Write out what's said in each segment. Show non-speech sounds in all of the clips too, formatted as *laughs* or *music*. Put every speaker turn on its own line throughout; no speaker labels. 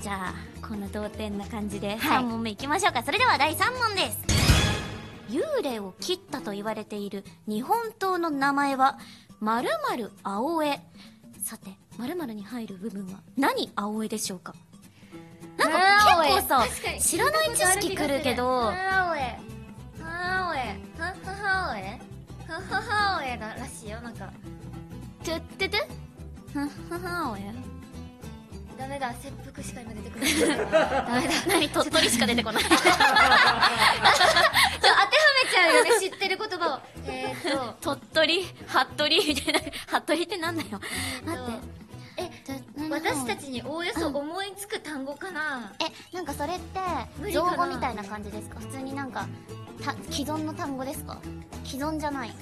じゃあこんな同点な感じで3問目いきましょうか、それでは第3問です幽霊を切ったと言われている日本刀の名前は〇〇青江さて〇〇に入る部分は何青江でしょうかなんか結構さ
確かに
知らない知識くるけど
母親母親は母親は母親だらしいよなんかトゥットゥトゥ
青江
ダメだ切腹しか今出てくるダメだ
何鳥取しか出てこない
ちょ当てはめちゃうよね知ってる言葉をえーっと
鳥取服部みたいな服部ってなんだよ待って
え私たちにおおよそ思いつく単語かな、
えなんかそれって
無理
造
かな
語みたいな感じですか普通になんかた既存の単語ですか既存じゃない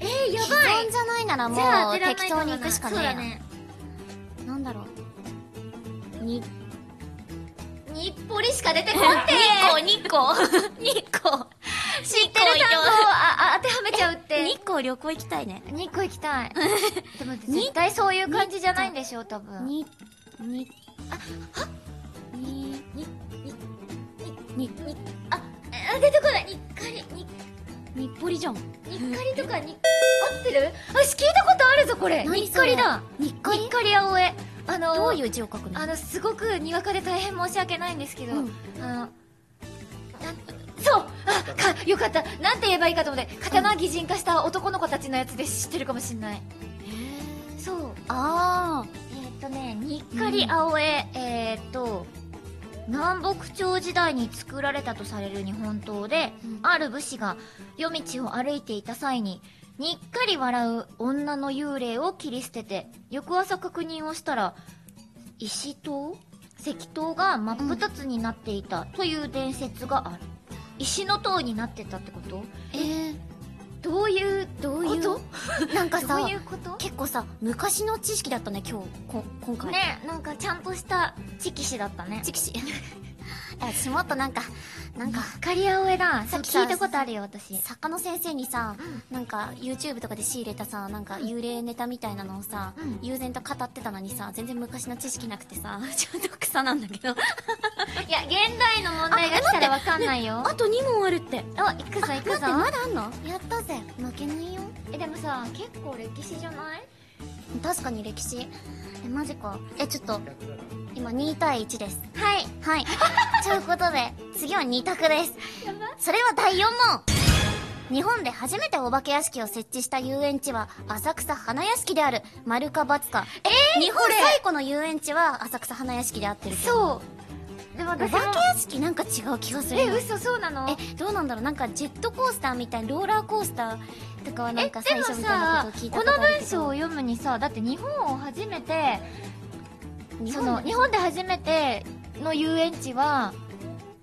えー、や
既
ばい
存じゃないなら
じゃ
も
あ
う
当てらんない
適
か
当
もな
に行くしかね
そ
え
うだ
や
ね
なんだろうに
日暮里しか出てこ
*laughs*
ん
待
て
って2個2個2個知っ
知ってる単語をああ当てはめちゃうって
日光旅行行きたいね
日光行きた *laughs* いでも絶対そういう感じじゃないんでしょう多分
ににあに
に
に
ああ出てこない日光日
にっぽりじゃん
日光 *laughs* とかに合ってる私聞いたことあるぞこれ
何
日
それ
光だ
にっこ
日
り
光青江あの
どういう字を書くの
あのすごくにわかで大変申し訳ないんですけど、
うん
あのなんそうあかよかったなんて言えばいいかと思って刀擬人化した男の子たちのやつで知ってるかもしんないそう
あー
えーっとね、にっかり青江、えーっと、南北朝時代に作られたとされる日本刀で、
うん
ある武士が夜道を歩いていた際に、にっかり笑う女の幽霊を切り捨てて、翌朝確認をしたら、石刀石刀が真っ二つになっていたという伝説がある。石の塔になってたってこと
えー
どういう、
どういう
こと
なんか
ど
さ
ういうこと
結構さ昔の知識だったね今日こ今回
ね、なんかちゃんとした知識士だったね。
知識 *laughs* 私もっとなんかなんか
カリアオエだ
そ
さ
う
聞いたことあるよ私
作家の先生にさ、なんか YouTube とかで仕入れたさなんか幽霊ネタみたいなのをさ、
うん
悠然と語ってたのにさ全然昔の知識なくて
*laughs*
さちょっと草なんだけど
いや現代の問題が来たらわかんないよ
あと2問あるって
お行くぞ行くぞ
だあんのやったぜ負けないよ
えでもさ結構歴史じゃない
確かに歴史えマジかえちょっと今2対1です
はい
はい
*laughs*
ということで次は2択ですそれは第4問日本で初めてお化け屋敷を設置した遊園地は浅草花屋敷である丸か×か
えー
日本最古の遊園地は浅草花屋敷であってるけど
そうでも
お化
私
け
も
屋敷なんか違う気がする
え
な
嘘そうなの
えどうなんだろうなんかジェットコースターみたいなローラーコースターとかはなんか
で
最
も
初みたいな
さ
ことを聞いた
こ
こと
の
ある
文
け
章
ど
を読むにさだって日本を初めて
日
そ
本
の日本で初めての遊園地は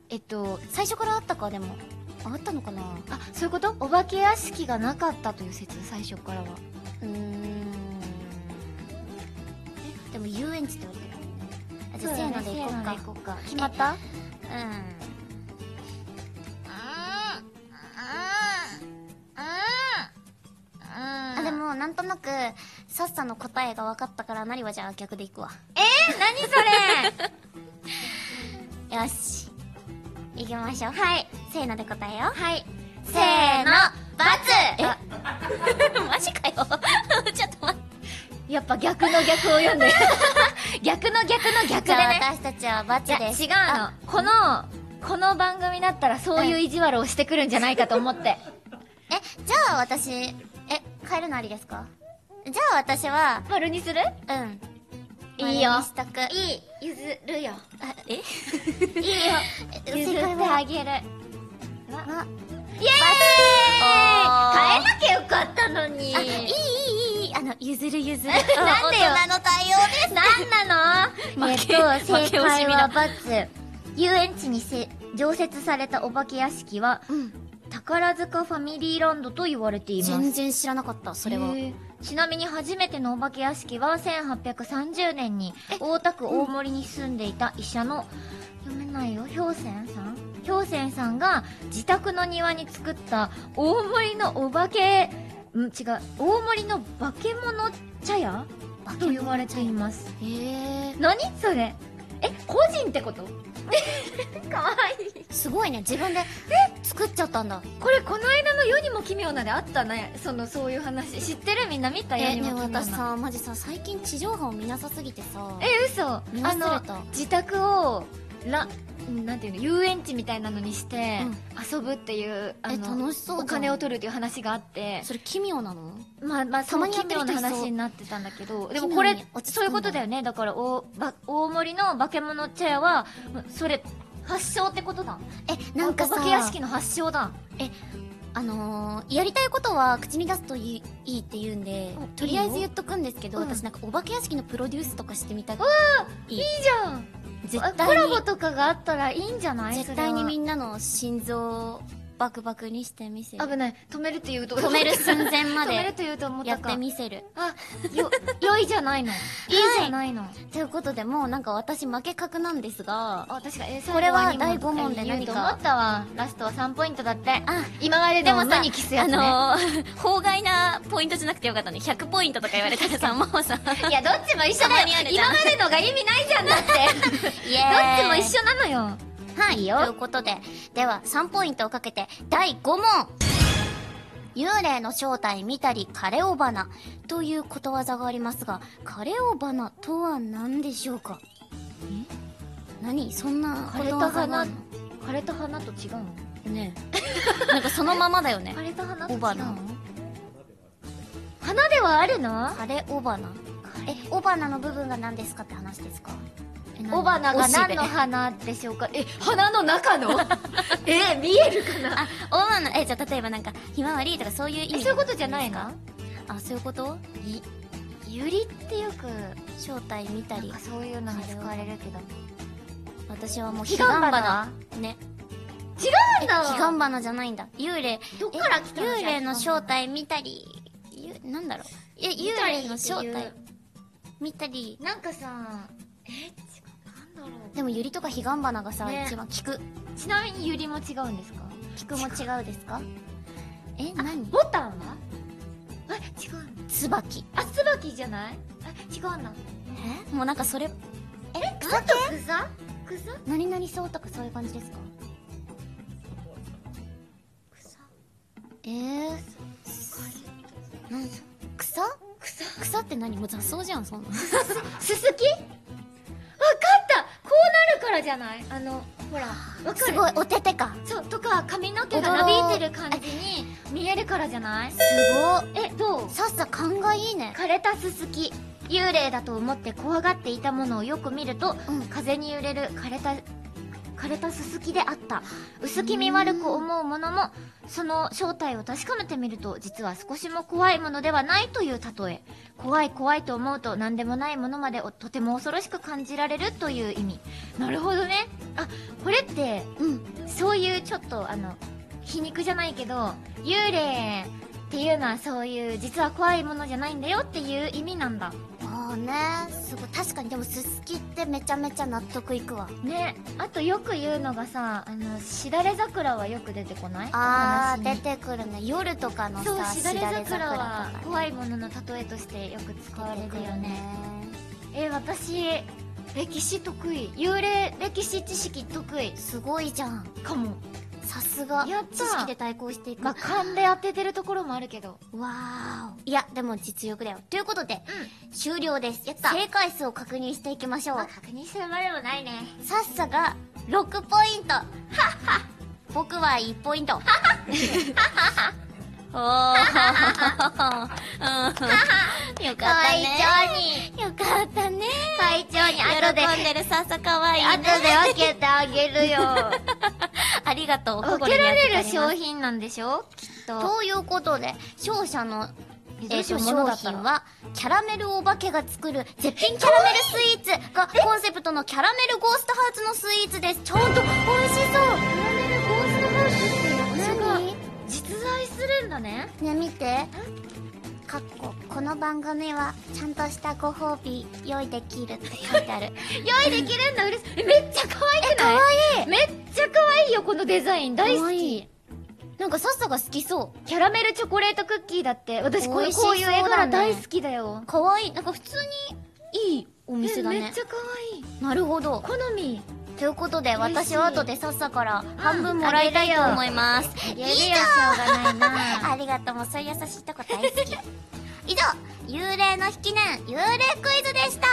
えっと
最初からあったかでもあったのかな
あそういうことお化け屋敷がなかったという説最初からは
うーんえでも遊園地って言われてるもんねあじゃあせーので行こうか
せーので行こうか決まった
うんあ
あ
で
でも
もなんとなくさっさの答えが分かったからなりはじゃあ逆でいくわ
何そ
*laughs*
れ
よし行きましょうはいせーので答えようはい
せーの
え
罰
マジかよちょっと待って
やっぱ逆の逆を読んで逆の逆の
じ
逆で
ゃあ
ね
私たちはバ
いや
ツ
違う
です
のこのこの番組だったらそういう意地悪をしてくるんじゃないかと思って
えじゃあ私え変えるのありですかじゃあ私は
丸にする
うん
いいよ
丸にしとくいい
譲るよ
あえ
いいよ
正
譲って
解
あ
は
げる
あ
イエーイ変えなきゃよかったのに
あいいいいいいあの譲る譲る
*laughs* なんでよ
大人の対応です
なんなの
*laughs* 負け
えっと
負
正
け惜し
解
みだ
はバツ遊園地にせ常設されたお化け屋敷は
うん
宝塚ファミリーランドと言われています
全然知らなかったそれは
へーちなみに初めてのお化け屋敷は1830年に大田区大森に住んでいた医者の、読めないよ氷泉さん氷泉さんが自宅の庭に作った大森のお化けん違う大森の化け物茶屋
化け
と
物
言われています
へえ
何それえ個人っ
*laughs*
てことかわいい
すごいね自分で作っちゃったんだ
これこの間の世にも奇妙なであったねそのそういう話知ってるみんな見た世
え
に
ねえ
も奇妙な
私さマジさ最近地上波を見なさすぎてさ
え嘘あ
見忘れた
の自宅をらなんていうの遊園地みたいなのにして
うん
遊ぶっていう、あ
え
の
楽しそうじゃん
お金を取るっていう話があって
それ奇妙なの
まあまあ
た
た
ま
ま
に
に
や
や
っ
って
る人い
てる
そう
話になってたんだけどでも
奇
こ
妙
れ
に落ち着くんだ
そういうことだよねだから大ば大森の化け物チェアはそれ発祥ってことだ
えなんかさ
お化け屋敷の発祥だ
あのーやりたいことは口に出すといいいいって言うんで
お
とりあえず言っとくんですけど
いいよ
私なんかお化け屋敷のプロデュースとかしてみたいいい
いいじゃん
絶
コ
対
ラ
に
ボとかがあったらいいんじゃない
絶対にみ
ん
んなの心臓をバクバクにしてみ *laughs* せる
危ない止めるって言うと
止める寸前ま
止める
で
と言うと思っ
や
た
っ
か
てみせる
あよ *laughs* 良いじゃないのいいじゃないの、
ということでもうなんか私負け格なんですが
あ私がえ
これは
最後アニメ
第五問で何か
言うと思ったわラストは3ポイントだって
あ
今まで
で
で
も
も
さ
何キスやつね、
あのー *laughs* 法外なポイントじゃなくてよかったね100ポイントとか言われたらさもうさ
いやどっちも一緒
た
だ
ま
よ
にあるじゃん
今までのが意味ないじゃんだって *laughs* どっ
イエ
ち
ー
も
イ
一緒なのよ
はい、
いいよ
ということで、では3ポイントをかけて第5問。幽霊の正体見たり枯れ尾花ということわざがありますが、枯れ尾花とは何でしょうか何そんなこ
枯れ
と
た
わざがあ
花
る
枯れた花と違うの
のね *laughs* えなんかそのままだよね *laughs*
枯。れた花と違う
雄花
の花ではあるの
枯れ尾花。え、尾花の部分が何ですかって話ですかえ何
雄花が
おしべ
何の花でしょうかえ花の中 *laughs* のえ見えるかな
あ、尾花、え、じゃあ例えばなんか、ひまわりとかそういう意
え
味
そういうことじゃないの
あ、そういうこと
ゆりってよく
正体見た
なん
り
か。そういうのに使われるけど
私はもう彼
彼岸
岸花
花
ね
違うんだ
彼岸花じゃないんだ幽霊
どっから来たの
え幽霊の正体見たりゆなんだろうえ幽霊の正
見たりっ
体
て
見たり
なんかさえ違うなんだろ
でもユリとか彼岸花がさ、
ね
一番菊
うちなみにゆりも違うんですか
菊も違うですかえ
あ
何
ボタンはえ違うの
椿
あ椿じゃないあ違うな
えもうなんかそれえ草
と草草
何々そうとかそういう感じですか
草
えー、なん草
草
草って何もう雑草じゃんそんな
すすきわかったこうなるからじゃないあのほらわか
す
る
ごいおててか
そうとか髪の毛がなびいてる感じに見えるからじゃない
すごい
えどう
さっさ勘がいいね
枯れたススキ幽霊だと思って怖がっていたものをよく見ると、
うん
風に揺れる枯れた枯れたススキであった薄気味悪く思うものもその正体を確かめてみると実は少しも怖いものではないという例え怖い怖いと思うと何でもないものまでおとても恐ろしく感じられるという意味なるほどねあこれって
うん
そういうちょっとあの皮肉じゃないけど幽霊っていうのはそういう実は怖いものじゃないんだよっていう意味なんだ
ああねすごい確かにでもすすきってめちゃめちゃ納得いくわ
ねあとよく言うのがさあのしだれ桜はよく出てこない
あ
お
ー
話
出て
に
くるね夜とかのさ
そうしだれ
しだ
桜
れ
は
桜とか
怖いものの例えとしてよく使われ
出て
る
く
よ
るね
ねえ私歴史得意幽霊歴史知識得意
すごいじゃん
かも、
さすが
やった
知識で対抗していく
*laughs* まあ、
わ
勘で当ててるところもあるけど
ーおいやでも実力だよということで終了です
やった
正解数を確認していきましょう
まあ確認するまでもないね
さっさが6ポイントはっは僕は1ポイントはっ *laughs* ははおーよかったねよかったね
会長に後で
喜んでるさっさかわいいね
後で分けてあげる *laughs* よ
ありがとう
分
心に
けら
やって
れ
り
る
ます
商品なんでしょきっと
ということで勝者のえ
どう
ー
しよ
と
うもの
商
だったら
品はキャラメルお化けが作る絶品キャラメルスイーツがコンセプトのキャラメルゴーストハーツのスイーツですちゃんと美味しそう
キャラメルゴーストハウスって
何
実在するんだね
ね見てかっここの番組はちゃんとしたご褒美用意できるって書いてある
*laughs* 用意できるんだ嬉しいえめっちゃ可愛く
か
ない
わいい
めっちゃ可愛いよこのデザイン大
か
好
わい
き
いなんかさっさが好きそ
キャラメルチョコレートクッキーだって私こ
美
う
味しそう
こういう絵
だ
柄
ね
大好きだよ
うかわいいなんか普通にいいお店だ
め
ね
っちゃ可愛い
なるほど
好みということで私は後でさっさから
半分もらいたいと思います。
やるよしょうがない *laughs* な
ありがとう、もうそういう優しいとこ大好き。以上、幽霊の引き念、幽霊クイズでした